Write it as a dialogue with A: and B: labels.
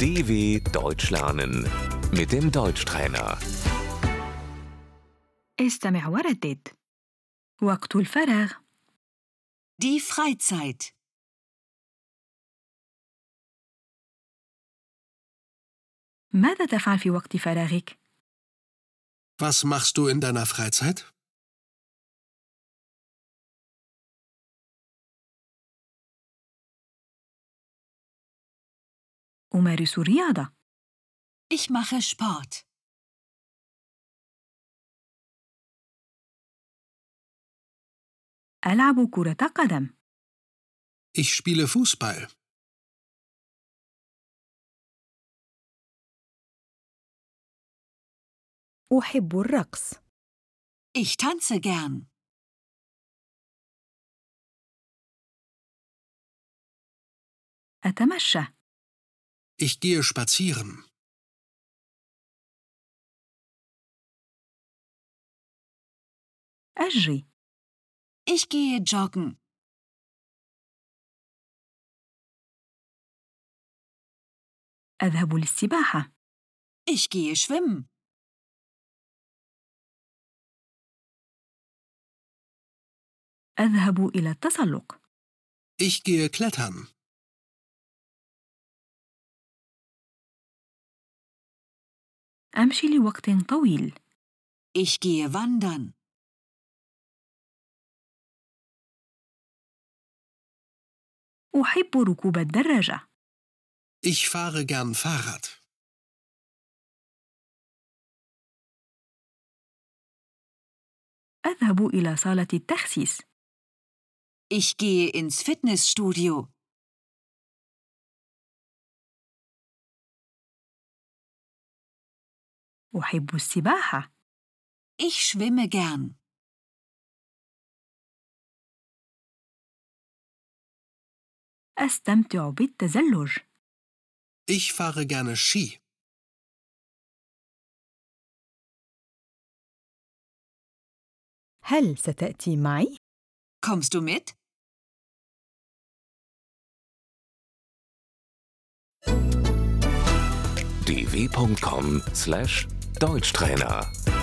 A: DW Deutsch lernen mit dem Deutschtrainer.
B: استمع وردد وقت الفراغ
C: Die Freizeit.
B: ماذا تفعل في وقت فراغك؟
D: Was machst du in deiner Freizeit?
B: أمارس الرياضة
C: Ich mache Sport.
B: ألعب كرة قدم
D: Ich spiele Fußball.
B: أحب الرقص
C: Ich tanze gern.
B: أتمشى
D: Ich gehe spazieren.
B: أجري
C: Ich gehe joggen.
B: أذهب للسباحة
C: Ich gehe schwimmen.
B: أذهب إلى التسلق
D: Ich gehe klettern.
B: أمشي لوقت طويل
C: Ich gehe wandern.
B: أحب ركوب الدراجة
D: Ich fahre gern Fahrrad.
B: أذهب إلى صالة التخسيس
C: Ich gehe ins Fitnessstudio.
B: أحب السباحة
C: Ich schwimme gern.
B: أستمتع بالتزلج
D: Ich fahre gerne Ski.
B: هل ستأتي معي؟
C: Kommst du mit?
A: dw.com/deutschtrainer